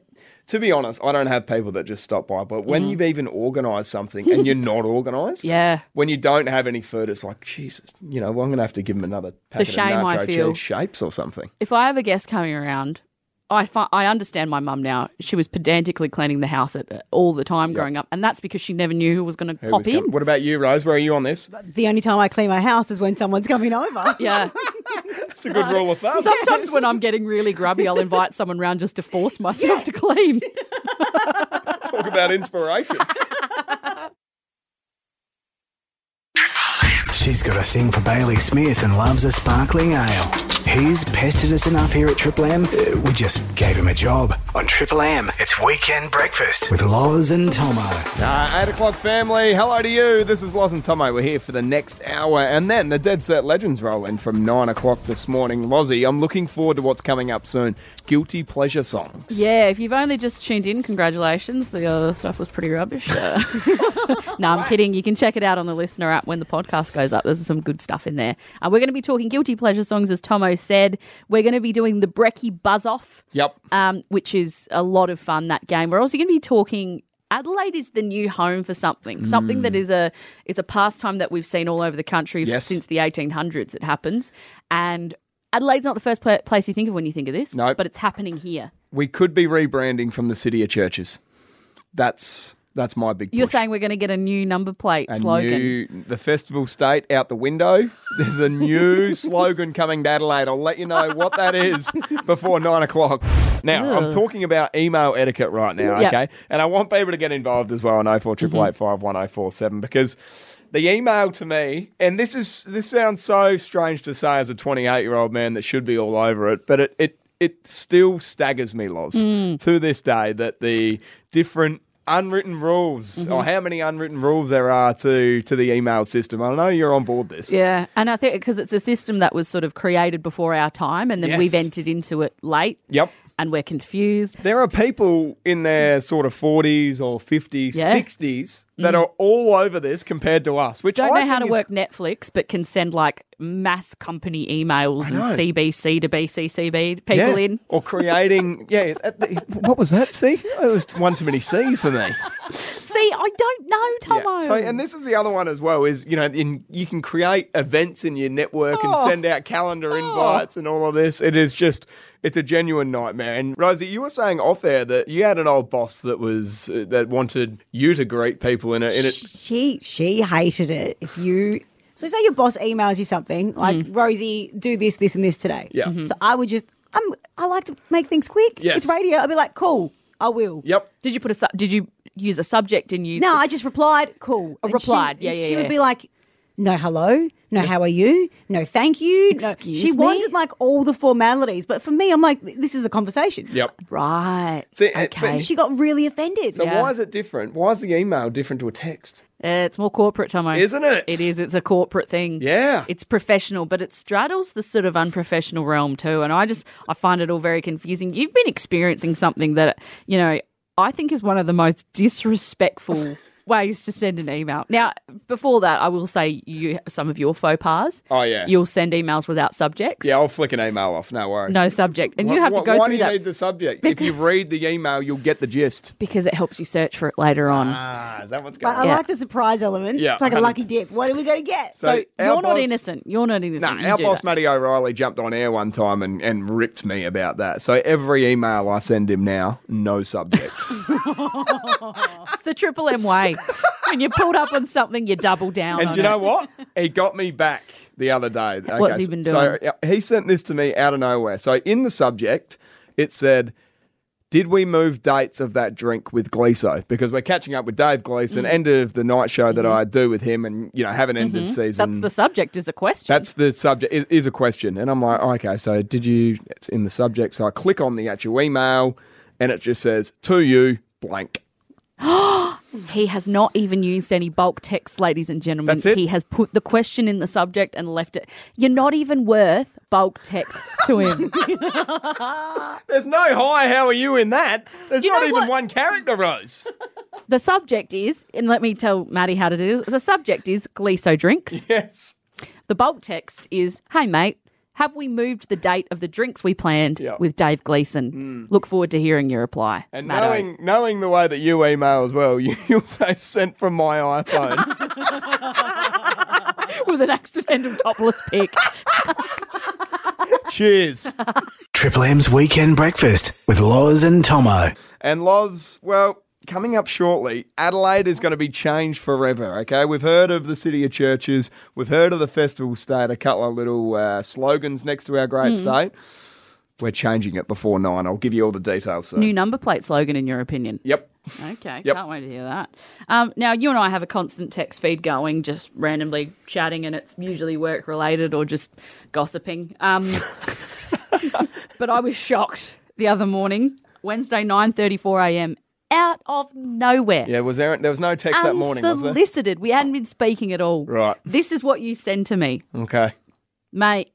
Speaker 2: to be honest, I don't have people that just stop by, but when you've even organised something and you're
Speaker 3: <laughs>
Speaker 2: not organised,
Speaker 3: Mm-hmm. Yeah.
Speaker 2: when you don't have any food, it's like Jesus, you know, well, I'm going to have to give them another packet
Speaker 3: shame
Speaker 2: of
Speaker 3: I
Speaker 2: nacho
Speaker 3: feel.
Speaker 2: cheese shapes or something.
Speaker 3: if I have a guest coming around, I fi- I understand my mum now. She was pedantically cleaning the house at, uh, all the time growing up, and that's because she never knew who was going to
Speaker 2: Who
Speaker 3: pop
Speaker 2: was
Speaker 3: in.
Speaker 2: com- What about you, Rose? Where are you on this?
Speaker 4: The only time I clean my house is when someone's coming over.
Speaker 2: <laughs>
Speaker 3: yeah.
Speaker 2: That's a good rule of thumb.
Speaker 3: Sometimes when I'm getting really grubby, I'll invite someone round just to force myself to clean.
Speaker 2: Talk about inspiration.
Speaker 1: She's got a thing for Bailey Smith and loves a sparkling ale. He's pestered us enough here at Triple M. uh, We just gave him a job. On Triple M, it's Weekend Breakfast with Loz and Tomo.
Speaker 2: Uh, 8 o'clock family, hello to you. This is Loz and Tomo. We're here for the next hour. And then the Dead Set Legends roll in from 9 o'clock this morning. Lozzie, I'm looking forward to what's coming up soon. Guilty Pleasure Songs.
Speaker 3: Yeah, if you've only just tuned in, congratulations. The other stuff was pretty rubbish.
Speaker 2: <laughs>
Speaker 3: Uh, no, I'm kidding. You can check it out on the listener app when the podcast goes up. There's some good stuff in there. Uh, we're going to be talking guilty pleasure songs, as Tomo said. We're going to be doing the Brecky Buzz Off.
Speaker 2: Yep.
Speaker 3: um, which is a lot of fun. That game. We're also going to be talking. Adelaide is the new home for something, something that is a it's a pastime that we've seen all over the country f-
Speaker 2: Mm. Yes.
Speaker 3: since the 1800s. It happens, and Adelaide's not the first pla- place you think of when you think of this.
Speaker 2: No.
Speaker 3: but it's happening here.
Speaker 2: We could be rebranding from the City of Churches. That's that's my big push.
Speaker 3: You're saying we're going to get a new number plate
Speaker 2: a
Speaker 3: slogan.
Speaker 2: new the festival state out the window. There's a
Speaker 3: <laughs>
Speaker 2: new slogan coming to Adelaide. I'll let you know what that is before nine o'clock. Now I'm
Speaker 3: Ugh.
Speaker 2: talking about email etiquette right now,
Speaker 3: Yep.
Speaker 2: okay? And I want people to get involved as well on
Speaker 3: Mm-hmm.
Speaker 2: 0488851047 because the email to me, and this is this sounds so strange to say as a 28 year old man that should be all over it, but it it it still staggers me, Loz,
Speaker 3: Mm.
Speaker 2: to this day that the different unwritten rules or
Speaker 3: Mm-hmm.
Speaker 2: how many unwritten rules there are to to the email system. I know you're on board this.
Speaker 3: Yeah, and I think because it's a system that was sort of created before our time, and then
Speaker 2: Yes.
Speaker 3: we've entered into it late.
Speaker 2: Yep.
Speaker 3: and we're confused.
Speaker 2: There are people in their sort of 40s or 50s,
Speaker 3: Yeah. Mm.
Speaker 2: 60s that are all over this compared to us, which
Speaker 3: don't
Speaker 2: I
Speaker 3: know how to
Speaker 2: think is
Speaker 3: work Netflix, but can send like mass company emails and
Speaker 2: know.
Speaker 3: CBC to BCCB people in.
Speaker 2: Or creating, yeah. uh, th- What was that? See, it was one too many C's for
Speaker 3: <laughs>
Speaker 2: me.
Speaker 3: See, I don't know, Tomo.
Speaker 2: Yeah. So, and this is the other one as well. Is you know, in, you can create events in your network and
Speaker 3: Oh.
Speaker 2: send out calendar invites and all of this. It is just. It's a genuine nightmare. And Rosie, you were saying off air that you had an old boss that was uh, that wanted you to greet people in it. In it,
Speaker 4: She she hated it. If you so say your boss emails you something like
Speaker 3: Mm.
Speaker 4: Rosie, do this, this, and this today.
Speaker 2: Yeah.
Speaker 3: Mm-hmm.
Speaker 2: Mhm.
Speaker 4: So I would just I'm I like to make things quick.
Speaker 2: Yes.
Speaker 4: It's radio. I'd be like, cool, I will.
Speaker 2: yep.
Speaker 3: did you put a su- did you use a subject and use
Speaker 4: No, I just replied, cool. And she-
Speaker 3: replied, yeah, yeah,
Speaker 4: She
Speaker 3: yeah.
Speaker 4: would be like, no hello, no how are you, no thank you. no-
Speaker 3: Excuse me?
Speaker 4: she wanted like all the formalities, but for me, I'm like, this is a conversation.
Speaker 2: Yep.
Speaker 3: right?
Speaker 2: See, uh, but
Speaker 3: okay,
Speaker 4: She got really offended.
Speaker 2: So
Speaker 3: Yeah.
Speaker 2: why is it different? Why is the email different to a text?
Speaker 3: Uh, it's more corporate, Tomo,
Speaker 2: Isn't it?
Speaker 3: It is. It's a corporate thing.
Speaker 2: Yeah.
Speaker 3: <laughs> it's professional, but it straddles the sort of unprofessional realm too. And I just I find it all very confusing.
Speaker 2: <laughs>
Speaker 3: You've been experiencing something that you know I think is one of the most disrespectful ways to send an email. Now, before that, I will say you some of your faux pas.
Speaker 2: Oh, yeah.
Speaker 3: You'll send emails without subjects.
Speaker 2: Yeah, I'll flick an email off. No worries.
Speaker 3: no subject, and you
Speaker 2: Wh-
Speaker 3: have to
Speaker 2: wh-
Speaker 3: go
Speaker 2: Why do
Speaker 3: through
Speaker 2: you
Speaker 3: that
Speaker 2: need the subject? If you read the email, you'll get the gist.
Speaker 3: because it helps you search for it later on.
Speaker 2: Ah, is that what's
Speaker 4: But
Speaker 2: going
Speaker 4: I
Speaker 2: on?
Speaker 3: Yeah.
Speaker 4: like the surprise element.
Speaker 2: Yeah,
Speaker 4: it's like a
Speaker 2: 100.
Speaker 4: lucky dip. What are we going to get?
Speaker 2: So-
Speaker 3: so
Speaker 2: our
Speaker 3: you're not
Speaker 2: boss-
Speaker 3: innocent. You're not
Speaker 2: No,
Speaker 3: innocent. You
Speaker 2: our
Speaker 3: do
Speaker 2: boss
Speaker 3: that.
Speaker 2: Matty O'Reilly jumped on air one time and, and ripped me about that. So every email I send him now, no
Speaker 3: <laughs>
Speaker 2: subject.
Speaker 3: It's the triple M way.
Speaker 2: <laughs>
Speaker 3: when you're pulled up on something, you double down.
Speaker 2: and
Speaker 3: on
Speaker 2: do you
Speaker 3: it.
Speaker 2: know what? He got me back the other day. Okay,
Speaker 3: What's he been
Speaker 2: So
Speaker 3: doing?
Speaker 2: yeah, he sent this to me out of nowhere. So in the subject, it said, "Did we move dates of that drink with Gleeso? Because we're catching up with Dave Gleeson,
Speaker 3: Mm.
Speaker 2: end of the night show that I do with him, and you know have an end of
Speaker 3: Mm-hmm. That's
Speaker 2: season."
Speaker 3: the subject is a question.
Speaker 2: That's the subject i- is a question, and I'm like, okay, so did you? It's in the subject, so I click on the actual email, and it just says to you blank.
Speaker 3: he has not even used any bulk text, ladies and gentlemen.
Speaker 2: That's it?
Speaker 3: He has put the question in the subject and left it. You're not even worth bulk text
Speaker 2: <laughs>
Speaker 3: to him.
Speaker 2: There's no hi, how are you in that? There's
Speaker 3: You
Speaker 2: not
Speaker 3: know
Speaker 2: even
Speaker 3: what?
Speaker 2: one character, Rose. <laughs>
Speaker 3: the subject is, and let me tell Maddie how to do. This, the subject is Gleeso drinks.
Speaker 2: yes.
Speaker 3: The bulk text is, "Hey mate, have we moved the date of the drinks we planned
Speaker 2: Yeah. Hmm.
Speaker 3: with Dave Gleeson? Look forward to hearing your reply."
Speaker 2: And
Speaker 3: Maddo."
Speaker 2: knowing knowing the way that you email as well, <laughs> you, you'll say sent from my
Speaker 3: <laughs>
Speaker 2: iPhone.
Speaker 3: <laughs> with an accidental topless pic.
Speaker 2: Cheers.
Speaker 1: Triple M's Weekend Breakfast with Laws and Tomo.
Speaker 2: And Loves, well, coming up shortly, Adelaide is going to be changed forever, okay? We've heard of the City of Churches, we've heard of the Festival State, a couple of little uh, slogans next to our great state. We're changing it before nine. I'll give you all the details soon.
Speaker 3: New number plate slogan, in your opinion?
Speaker 2: Yep.
Speaker 3: Okay,
Speaker 2: Yep.
Speaker 3: can't wait to hear that. Um, now, you and I have a constant text feed going, just randomly chatting, and it's usually work related or just gossiping.
Speaker 2: <laughs>
Speaker 3: Um, but I was shocked the other morning, Wednesday, nine thirty-four a.m., out of nowhere.
Speaker 2: Yeah, was there there was no text that morning, was there?
Speaker 3: Unsolicited. We hadn't been speaking at all.
Speaker 2: Right.
Speaker 3: This is what you send to me,
Speaker 2: Okay.
Speaker 3: mate.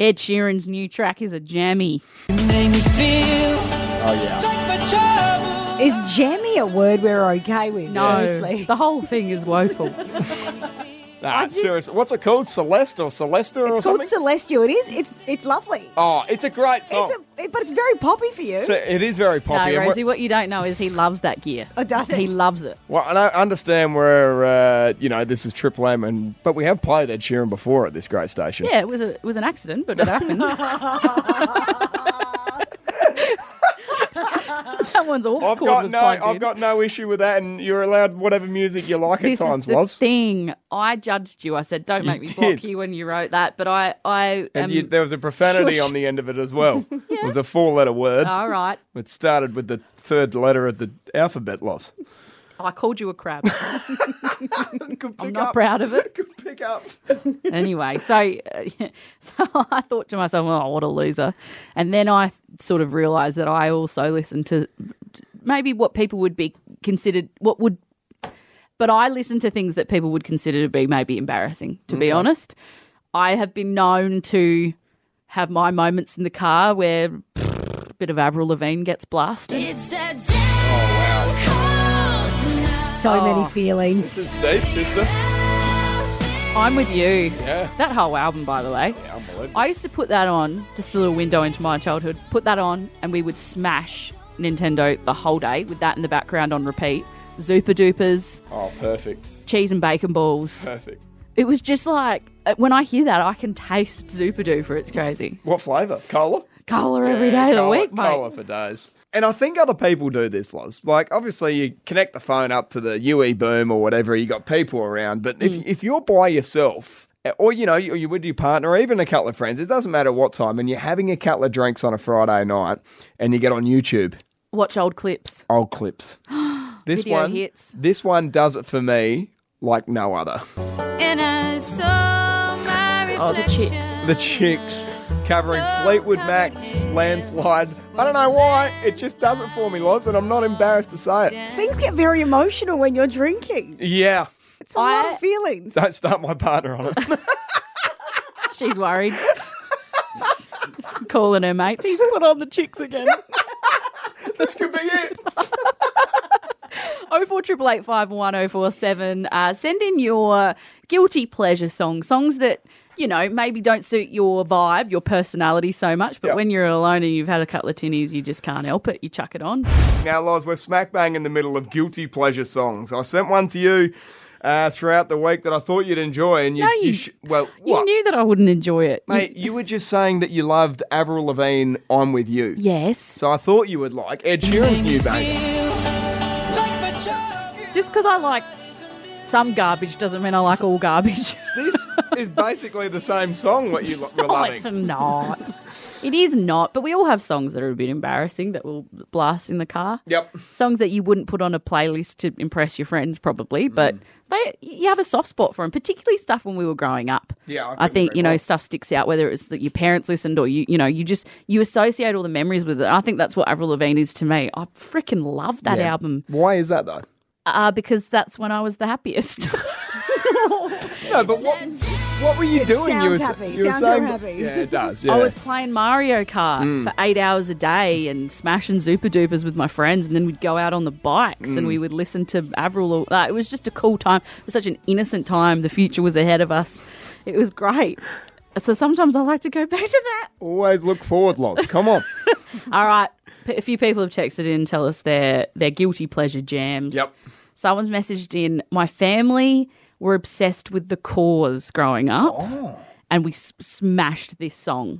Speaker 3: Ed Sheeran's new track is a jammy.
Speaker 2: Oh yeah.
Speaker 4: Is jammy a word we're okay with?
Speaker 3: No,
Speaker 4: honestly?
Speaker 3: the whole thing is woeful.
Speaker 2: Nah, seriously. What's it called? Celeste or Celesta or
Speaker 4: It's called
Speaker 2: something?
Speaker 4: Celestial. It is. It's it's lovely.
Speaker 2: oh, it's a great song.
Speaker 4: It's a, it- but it's very poppy for you.
Speaker 2: So it is very
Speaker 3: No,
Speaker 2: popular.
Speaker 3: Rosie, what you don't know is he loves that gear.
Speaker 4: Oh, does he?
Speaker 3: He loves it.
Speaker 2: Well, and I understand where uh, you know this is Triple M, and but we have played Ed Sheeran before at this great station.
Speaker 3: Yeah, it was a, it was an accident, but it happened. Someone's aux
Speaker 2: I've
Speaker 3: cord
Speaker 2: got
Speaker 3: was
Speaker 2: no,
Speaker 3: plugged
Speaker 2: I've
Speaker 3: in.
Speaker 2: got no issue with that, and you're allowed whatever music you like
Speaker 3: this
Speaker 2: at times,
Speaker 3: is the
Speaker 2: loves.
Speaker 3: thing. I judged you. I said, "Don't make me
Speaker 2: did.
Speaker 3: block you" when you wrote that. But I, I
Speaker 2: And
Speaker 3: am.
Speaker 2: you, there was a profanity
Speaker 3: um, shush. Uh,
Speaker 2: on the end of it as
Speaker 3: <laughs>
Speaker 2: well. It was a four-letter word.
Speaker 3: all right,
Speaker 2: It started with the third letter of the alphabet, loss.
Speaker 3: I called you
Speaker 2: <laughs>
Speaker 3: a crab.
Speaker 2: Could
Speaker 3: I'm
Speaker 2: pick
Speaker 3: not
Speaker 2: up.
Speaker 3: proud of it.
Speaker 2: Could pick up.
Speaker 3: anyway, so uh, <laughs> so I thought to myself, "Oh, what a loser!" And then I sort of realised that I also listened to maybe what people would be considered what would, but I listened to things that people would consider to be maybe embarrassing. To be honest, I have been known to have my moments in the car where. <laughs> a Bit of Avril Lavigne gets blasted. Oh,
Speaker 4: so
Speaker 3: Oh.
Speaker 4: many feelings.
Speaker 2: Deep sister.
Speaker 3: I'm with you.
Speaker 2: Yeah.
Speaker 3: That whole album, by the way. I used to put that on, just a little window into my childhood, put that on, and we would smash Nintendo the whole day with that in the background on repeat. Zupa Dupas,
Speaker 2: Oh, perfect,
Speaker 3: cheese and
Speaker 2: <laughs>
Speaker 3: bacon balls.
Speaker 2: perfect.
Speaker 3: It was just like, uh, when I hear that, I can taste Zupa Duper. It's crazy.
Speaker 2: What flavour? Cola.
Speaker 3: Colour every day of the
Speaker 2: cola-
Speaker 3: week, mate.
Speaker 2: cola for days. And I think other people do this, Loz. Like, obviously, you connect the phone up to the UE boom or whatever, you got people around. But
Speaker 3: Mm.
Speaker 2: if, if you're by yourself, or you know, you- you're with your partner, or even a couple of friends, it doesn't matter what time, and you're having a couple of drinks on a Friday night, and you get on YouTube,
Speaker 3: Watch old clips.
Speaker 2: old
Speaker 3: <gasps>
Speaker 2: clips. This
Speaker 3: Video
Speaker 2: one,
Speaker 3: hits.
Speaker 2: this one does it for me like no other.
Speaker 3: Oh, the chicks.
Speaker 2: The Chicks covering Fleetwood Mac's Landslide. I don't know why, it just does it for me, Loz, and I'm not embarrassed to say it.
Speaker 4: Things get very emotional when you're drinking.
Speaker 2: Yeah.
Speaker 4: It's a lot
Speaker 3: I-
Speaker 4: of feelings.
Speaker 2: Don't start my partner on <laughs> it.
Speaker 3: She's
Speaker 2: <laughs>
Speaker 3: worried. <laughs> Calling her mates. He's put on the chicks again.
Speaker 2: this could be it.
Speaker 3: oh four triple eight five one oh four seven. Uh, send in your guilty pleasure songs, songs that you know maybe don't suit your vibe, your personality so much. But
Speaker 2: Yep.
Speaker 3: when you're alone and you've had a couple of tinnies, you just can't help it. You chuck it on.
Speaker 2: Now, Loz, we're smack bang in the middle of guilty pleasure songs. I sent one to you uh, throughout the week that I thought you'd enjoy, and you,
Speaker 3: No, you-
Speaker 2: sh- well,
Speaker 3: You
Speaker 2: what,
Speaker 3: knew that I wouldn't enjoy it,
Speaker 2: mate? You were just saying that you loved Avril Lavigne. I'm with you.
Speaker 3: Yes,
Speaker 2: So I thought you would like Ed Sheeran's new banger.
Speaker 3: just because I like some garbage doesn't mean I like
Speaker 2: <laughs>
Speaker 3: all garbage.
Speaker 2: This is basically the same song what you lo- were
Speaker 3: <laughs> Oh, it's
Speaker 2: loving.
Speaker 3: not. it is not. But we all have songs that are a bit embarrassing that we'll blast in the car.
Speaker 2: Yep.
Speaker 3: Songs that you wouldn't put on a playlist to impress your friends, probably. But
Speaker 2: Mm.
Speaker 3: they, you have a soft spot for them, particularly stuff when we were growing up.
Speaker 2: Yeah, I
Speaker 3: I,
Speaker 2: couldn't
Speaker 3: think
Speaker 2: agree
Speaker 3: you know
Speaker 2: more.
Speaker 3: stuff sticks out, whether it's that your parents listened or you, you know, you just you associate all the memories with it. I think that's what Avril Lavigne is to me. I freaking love that
Speaker 2: Yeah.
Speaker 3: album
Speaker 2: Why is that though?
Speaker 3: uh, because that's when I was the happiest. <laughs>
Speaker 2: No, but what, what were you doing? you
Speaker 4: sounds
Speaker 2: were, s-
Speaker 4: happy.
Speaker 2: You were
Speaker 4: Sounds
Speaker 2: saying,
Speaker 4: unhappy.
Speaker 2: yeah, it does. Yeah.
Speaker 3: <laughs>
Speaker 2: Mm.
Speaker 3: I was playing Mario Kart for eight hours a day and smashing Zupa Dupas with my friends, and then we'd go out on the bikes
Speaker 2: Mm.
Speaker 3: and we would listen to Avril. Or, uh, it was just a cool time. It was such an innocent time. The future was ahead of us. It was great. So sometimes I like to go back to that.
Speaker 2: Always look forward, Loz. Come on.
Speaker 3: All right, p- a few people have texted in and tell us their their guilty pleasure jams.
Speaker 2: Yep.
Speaker 3: Someone's messaged in. My family were obsessed with the Cause growing up,
Speaker 2: Oh.
Speaker 3: and we s- smashed this song.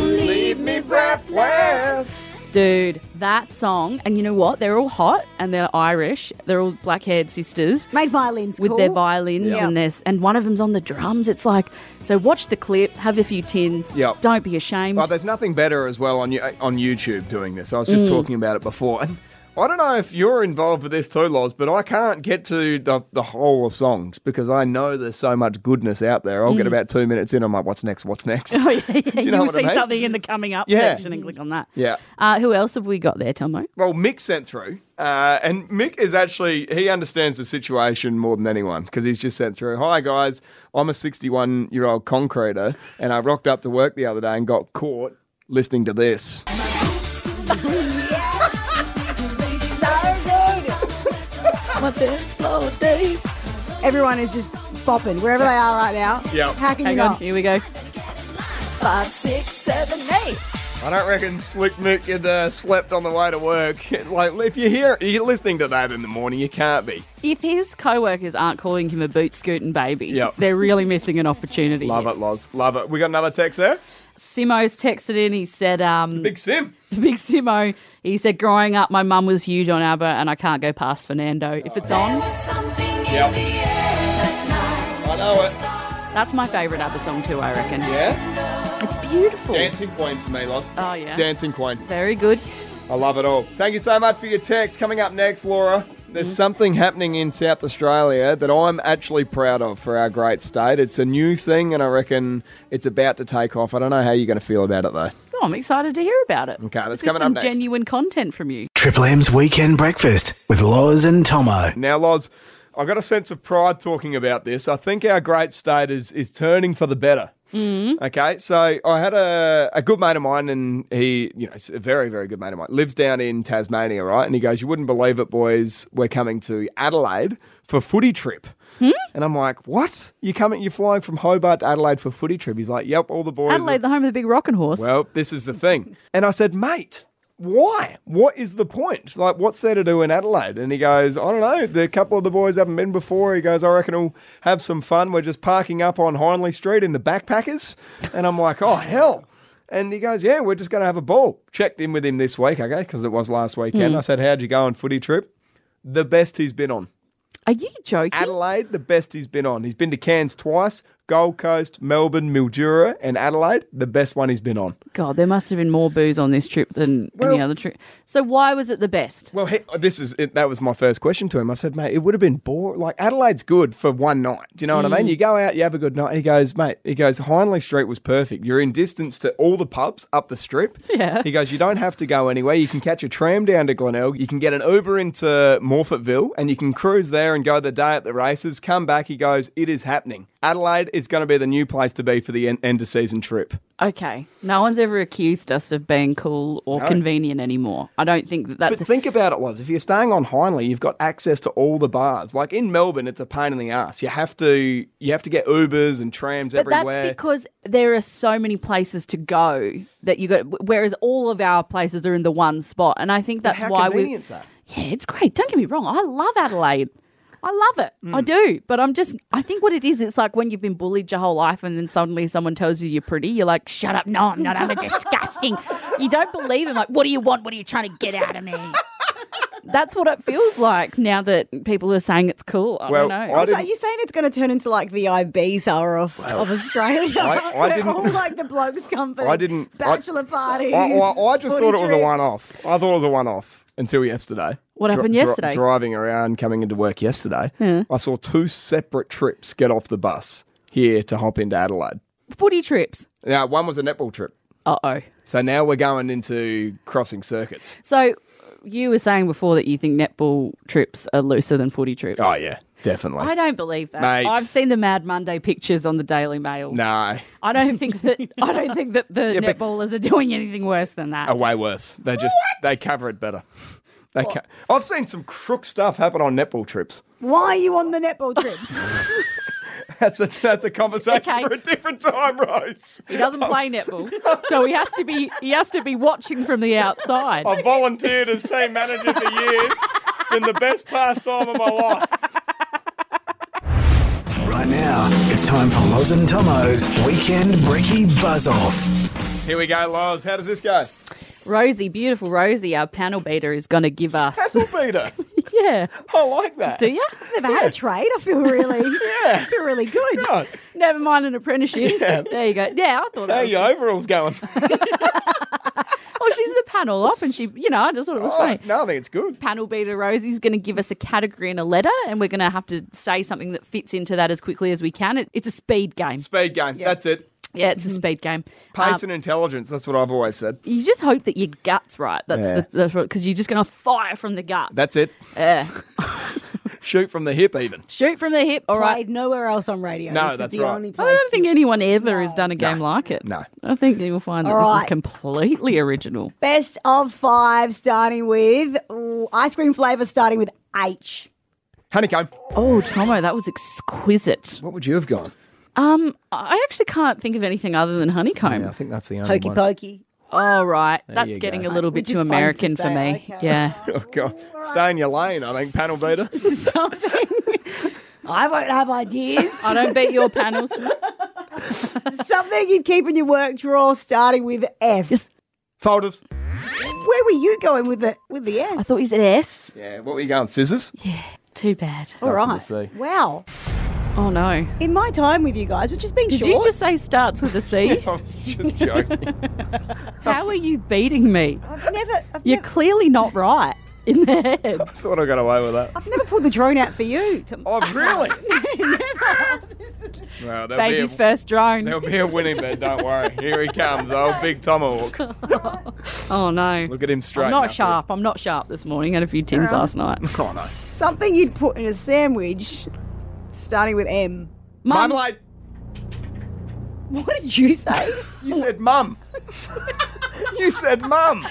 Speaker 2: Leave me breathless.
Speaker 3: Dude, that song, and you know what? They're all hot and they're Irish. They're all black haired sisters
Speaker 4: Made violins
Speaker 3: with
Speaker 4: cool.
Speaker 3: their violins
Speaker 4: Yeah.
Speaker 3: and their, and one of them's on the drums. It's like, so watch the clip, have a few tins,
Speaker 2: Yep.
Speaker 3: don't be ashamed.
Speaker 2: Well, there's nothing better as well on you- on YouTube doing this. I was just talking about it before. And I don't know if you're involved with this too, Loz, but I can't get to the, the whole of songs because I know there's so much goodness out there. I'll get about two minutes in. I'm like, what's next? What's next?
Speaker 3: <laughs> Oh, yeah, yeah.
Speaker 2: you
Speaker 3: You,
Speaker 2: know
Speaker 3: will
Speaker 2: what I
Speaker 3: see
Speaker 2: mean?
Speaker 3: something in the coming up
Speaker 2: Yeah.
Speaker 3: section and click on that.
Speaker 2: Yeah.
Speaker 3: Uh, who else have we got there, Tomo?
Speaker 2: Well, Mick sent through, uh, and Mick is actually he understands the situation more than anyone because he's just sent through. Hi guys, I'm a 61 year old concreter, and I rocked up to work the other day and got caught listening to this.
Speaker 3: My best flow days.
Speaker 4: Everyone is just bopping wherever they are right now.
Speaker 2: Yep.
Speaker 4: How can you
Speaker 3: Hang on,
Speaker 4: not?
Speaker 3: here we go.
Speaker 4: Five, six, seven, eight.
Speaker 2: I don't reckon Slick Mick had uh, slept on the way to work. <laughs> like if you hear you're listening to that in the morning, you can't be.
Speaker 3: If his co workers aren't calling him a boot scooting baby,
Speaker 2: Yep.
Speaker 3: they're really missing an opportunity.
Speaker 2: Love
Speaker 3: here.
Speaker 2: it, Loz. Love it. We got another text there.
Speaker 3: Simo's texted in, he said, um,
Speaker 2: Big Sim.
Speaker 3: <laughs> Big Simo, he said, growing up, my mum was huge on ABBA and I can't go past Fernando. If it's on,
Speaker 2: Yep. I know it.
Speaker 3: that's my favourite ABBA song too, I reckon.
Speaker 2: Yeah.
Speaker 3: It's beautiful.
Speaker 2: Dancing Queen for me, Loz.
Speaker 3: Oh, yeah.
Speaker 2: Dancing Queen.
Speaker 3: Very good.
Speaker 2: I love it all. Thank you so much for your text. Coming up next, Laura, there's
Speaker 3: Mm-hmm.
Speaker 2: something happening in South Australia that I'm actually proud of for our great state. It's a new thing, and I reckon it's about to take off. I don't know how you're going to feel about it, though.
Speaker 3: Oh, I'm excited to hear about it.
Speaker 2: Okay, that's
Speaker 3: This is
Speaker 2: coming up
Speaker 3: some
Speaker 2: next.
Speaker 3: genuine content from you.
Speaker 1: Triple M's Weekend Breakfast with Loz and Tomo.
Speaker 2: <laughs> Now, Loz, I got a sense of pride talking about this. I think our great state is is turning for the better. Mm. Okay, so I had a, a good mate of mine, and he, you know, a very very good mate of mine, lives down in Tasmania, right? And he goes, "You wouldn't believe it, boys, we're coming to Adelaide for footy trip." And I'm like, "What? You coming? You're flying from Hobart to Adelaide for footy trip?" He's like, "Yep, all the boys." are-
Speaker 3: Adelaide, the home of the big rocking horse.
Speaker 2: well, this is the thing. And I said, mate, why? What is the point? Like, what's there to do in Adelaide? And he goes, I don't know. The couple of the boys haven't been before. He goes, I reckon we'll have some fun. We're just parking up on Hindley Street in the backpackers. And I'm like, oh, hell. And he goes, yeah, we're just going to have a ball. Checked in with him this week, okay, because it was last weekend. I said, how'd you go on footy trip? The best he's been on.
Speaker 3: Are you joking?
Speaker 2: Adelaide, the best he's been on. He's been to Cairns twice, Gold Coast, Melbourne, Mildura, and Adelaide, the best one he's been on.
Speaker 3: God, there must have been more booze on this trip than
Speaker 2: Well-
Speaker 3: any other trip. So why was it the best?
Speaker 2: Well, he, this is it, that was my first question to him. I said, mate, it would have been boring. Like Adelaide's good for one night. Do you know what I mean? You go out, you have a good night. And he goes, mate. He goes, Hindley Street was perfect. You're in distance to all the pubs up the strip.
Speaker 3: Yeah.
Speaker 2: He goes, you don't have to go anywhere. You can catch a tram down to Glenelg. You can get an Uber into Morfettville, and you can cruise there and go the day at the races. Come back. He goes, it is happening. Adelaide is going to be the new place to be for the en- end of season trip.
Speaker 3: Okay. No one's ever accused us of being cool or convenient anymore. I don't think that
Speaker 2: But
Speaker 3: that's.
Speaker 2: think about it, Loves. If you're staying on Hindley, you've got access to all the bars. Like in Melbourne, it's a pain in the ass. You have to you have to get Ubers and trams
Speaker 3: but that's
Speaker 2: everywhere.
Speaker 3: because there are so many places to go that you got. Whereas all of our places are in the one spot, and I think that's
Speaker 2: How
Speaker 3: why we.
Speaker 2: convenient is that?
Speaker 3: Yeah, it's great. Don't get me wrong. I love Adelaide. I love it. I do. But I'm just, I think what it is, it's like when you've been bullied your whole life and then suddenly someone tells you you're pretty, you're like, shut up. No, I'm not.
Speaker 2: <laughs>
Speaker 3: I'm a disgusting. you don't believe them. Like, what do you want? What are you trying to get out
Speaker 2: <laughs>
Speaker 3: of me? That's what it feels like now that people are saying it's cool. I
Speaker 2: Well,
Speaker 3: don't know.
Speaker 2: I
Speaker 4: So
Speaker 2: didn't-
Speaker 4: are you saying it's going to turn into like the Ibiza of, of Australia?
Speaker 2: I- I
Speaker 4: Where
Speaker 2: didn't-
Speaker 4: all like the blokes come for
Speaker 2: I didn't- I-
Speaker 4: bachelor parties.
Speaker 2: I, I- I just
Speaker 4: footy
Speaker 2: thought it was a
Speaker 4: trips.
Speaker 2: one off. I thought it was a one off until yesterday.
Speaker 3: What happened yesterday?
Speaker 2: driving around, coming into work yesterday, I saw two separate trips get off the bus here to hop into Adelaide.
Speaker 3: Footy trips.
Speaker 2: Now, one was a netball trip.
Speaker 3: Uh oh.
Speaker 2: So now we're going into crossing circuits.
Speaker 3: So you were saying before that you think netball trips are looser than footy trips.
Speaker 2: Oh, yeah, definitely.
Speaker 3: I don't believe that.
Speaker 2: Mate.
Speaker 3: I've seen the Mad Monday pictures on the Daily Mail.
Speaker 2: no,
Speaker 3: I don't think that
Speaker 2: <laughs>
Speaker 3: I don't think that the
Speaker 2: but- Oh.
Speaker 3: netballers are doing anything worse than that.
Speaker 2: are way worse. They just they cover it better. They ca- I've seen some crook stuff happen on netball trips. <laughs>
Speaker 4: Why are you on the netball trips?
Speaker 2: That's a that's a conversation
Speaker 3: Okay.
Speaker 2: for a different time, Rose.
Speaker 3: He doesn't
Speaker 2: <laughs>
Speaker 3: play netball, so he has to be he has to be watching from the outside.
Speaker 2: I volunteered as team manager for years. Been the best pastime of my life.
Speaker 1: Right now, it's time for Loz and Tomo's Weekend Brekkie Buzz Off.
Speaker 2: Here we go, Loz. How does this go?
Speaker 3: Rosie, beautiful Rosie, our panel beater is going to
Speaker 2: <laughs>
Speaker 3: give us.
Speaker 2: Beater.
Speaker 3: <laughs> yeah,
Speaker 2: I like that.
Speaker 3: do you?
Speaker 4: Never had a trade. I
Speaker 2: <laughs>
Speaker 4: feel really, I feel really good.
Speaker 2: Oh,
Speaker 3: Never mind an apprenticeship. There you go. Yeah, I thought that.
Speaker 2: how
Speaker 3: Was
Speaker 2: your overalls
Speaker 3: <laughs>
Speaker 2: going?
Speaker 3: Well, she's in the panel off, and she, you know, I just thought it was
Speaker 2: Oh,
Speaker 3: funny.
Speaker 2: no, I think it's good.
Speaker 3: Panel beater Rosie's going to give us a category and a letter, and we're going to have to say something that fits into that as quickly as we can. It, it's a speed game.
Speaker 2: Speed game. That's it.
Speaker 3: Yeah, it's a
Speaker 4: Mm-hmm.
Speaker 3: speed game.
Speaker 2: Pace
Speaker 3: Um,
Speaker 2: and intelligence. That's what I've always said.
Speaker 3: you just hope that your gut's right. That's
Speaker 2: Yeah.
Speaker 3: the that's what because you're just gonna fire from the gut.
Speaker 2: That's it.
Speaker 3: Yeah.
Speaker 2: <laughs> Shoot from the hip, even.
Speaker 3: Shoot from the hip. All right.
Speaker 4: Played nowhere else on radio.
Speaker 2: No,
Speaker 4: this
Speaker 2: that's
Speaker 4: is the
Speaker 2: right.
Speaker 4: only
Speaker 3: I
Speaker 4: place.
Speaker 3: don't think anyone ever has done a game
Speaker 2: No.
Speaker 3: like it.
Speaker 2: No.
Speaker 3: I think you'll find that
Speaker 4: All
Speaker 3: this is
Speaker 4: right.
Speaker 3: completely original.
Speaker 4: Best of five, starting with ooh, ice cream flavor, starting with H.
Speaker 2: Honeycomb.
Speaker 3: Oh, Tomo, that was exquisite.
Speaker 2: What would you have gone?
Speaker 3: Um, I actually can't think of anything other than honeycomb.
Speaker 2: Yeah, I think that's the only
Speaker 4: Hokey
Speaker 2: one.
Speaker 4: pokey.
Speaker 3: All right,
Speaker 2: you
Speaker 3: that's
Speaker 2: go.
Speaker 3: getting a little bit
Speaker 4: Which is
Speaker 3: too
Speaker 4: fun to
Speaker 3: American for
Speaker 4: say,
Speaker 3: me.
Speaker 4: okay.
Speaker 3: Yeah. <laughs>
Speaker 4: <laughs>
Speaker 2: <laughs> Oh god, stay in your lane. I think panel beater.
Speaker 4: I won't
Speaker 3: <laughs>
Speaker 4: have ideas. <laughs>
Speaker 3: I don't beat your panels. <laughs>
Speaker 4: Something you'd keep in your work drawer, starting with F.
Speaker 2: Folders.
Speaker 4: Where were you going with the with the S?
Speaker 3: I thought you said S.
Speaker 2: Yeah, what were you going? Scissors.
Speaker 3: Too bad.
Speaker 4: All right.
Speaker 2: Starts with a C.
Speaker 4: Wow.
Speaker 3: Oh no.
Speaker 4: In my time with you guys, which has been
Speaker 3: Did
Speaker 4: short,
Speaker 3: you just say starts with a C? <laughs>
Speaker 2: I was just joking.
Speaker 3: How are you beating me?
Speaker 4: I've never, I've,
Speaker 3: You're
Speaker 4: never,
Speaker 3: clearly not right in <laughs> the head.
Speaker 2: I thought I got away with that.
Speaker 4: I've never pulled the drone out for you. To,
Speaker 2: Oh really? Well, there'll be a-
Speaker 3: Baby's first drone.
Speaker 2: There'll be a winning bet, don't worry. Here he comes, old big tomahawk.
Speaker 3: <laughs> Oh <laughs> no.
Speaker 2: Look at him straight.
Speaker 3: I'm not
Speaker 2: up.
Speaker 3: sharp. I'm not sharp this morning. Had a few tins last night. <laughs>
Speaker 2: Oh, no.
Speaker 4: something you'd put in a sandwich, starting with M.
Speaker 3: Mum,
Speaker 2: Marmalade.
Speaker 4: What did
Speaker 3: <laughs>
Speaker 4: you say?
Speaker 2: You said mum. you said mum.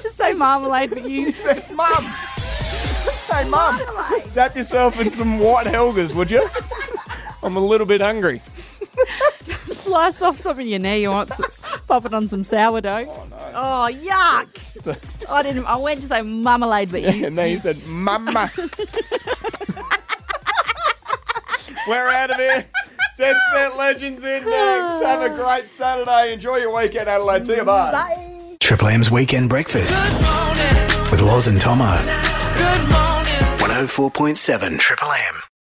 Speaker 3: to say marmalade, but <laughs> you.
Speaker 2: You said mum. Hey mum, dap yourself in some white Helgas, would you? I'm a little bit hungry.
Speaker 3: Slice off some of your knee. You want to <laughs> pop it on some sourdough. Oh, yuck! I didn't. I went to say marmalade, but you.
Speaker 2: And then he said, Mama. We're out of here. Dead Set Legends in next. Have a great Saturday. Enjoy your weekend, Adelaide. See you, bye.
Speaker 1: Triple M's Weekend Breakfast oh with Loz and Tomo. Good morning. 104.7 Triple M.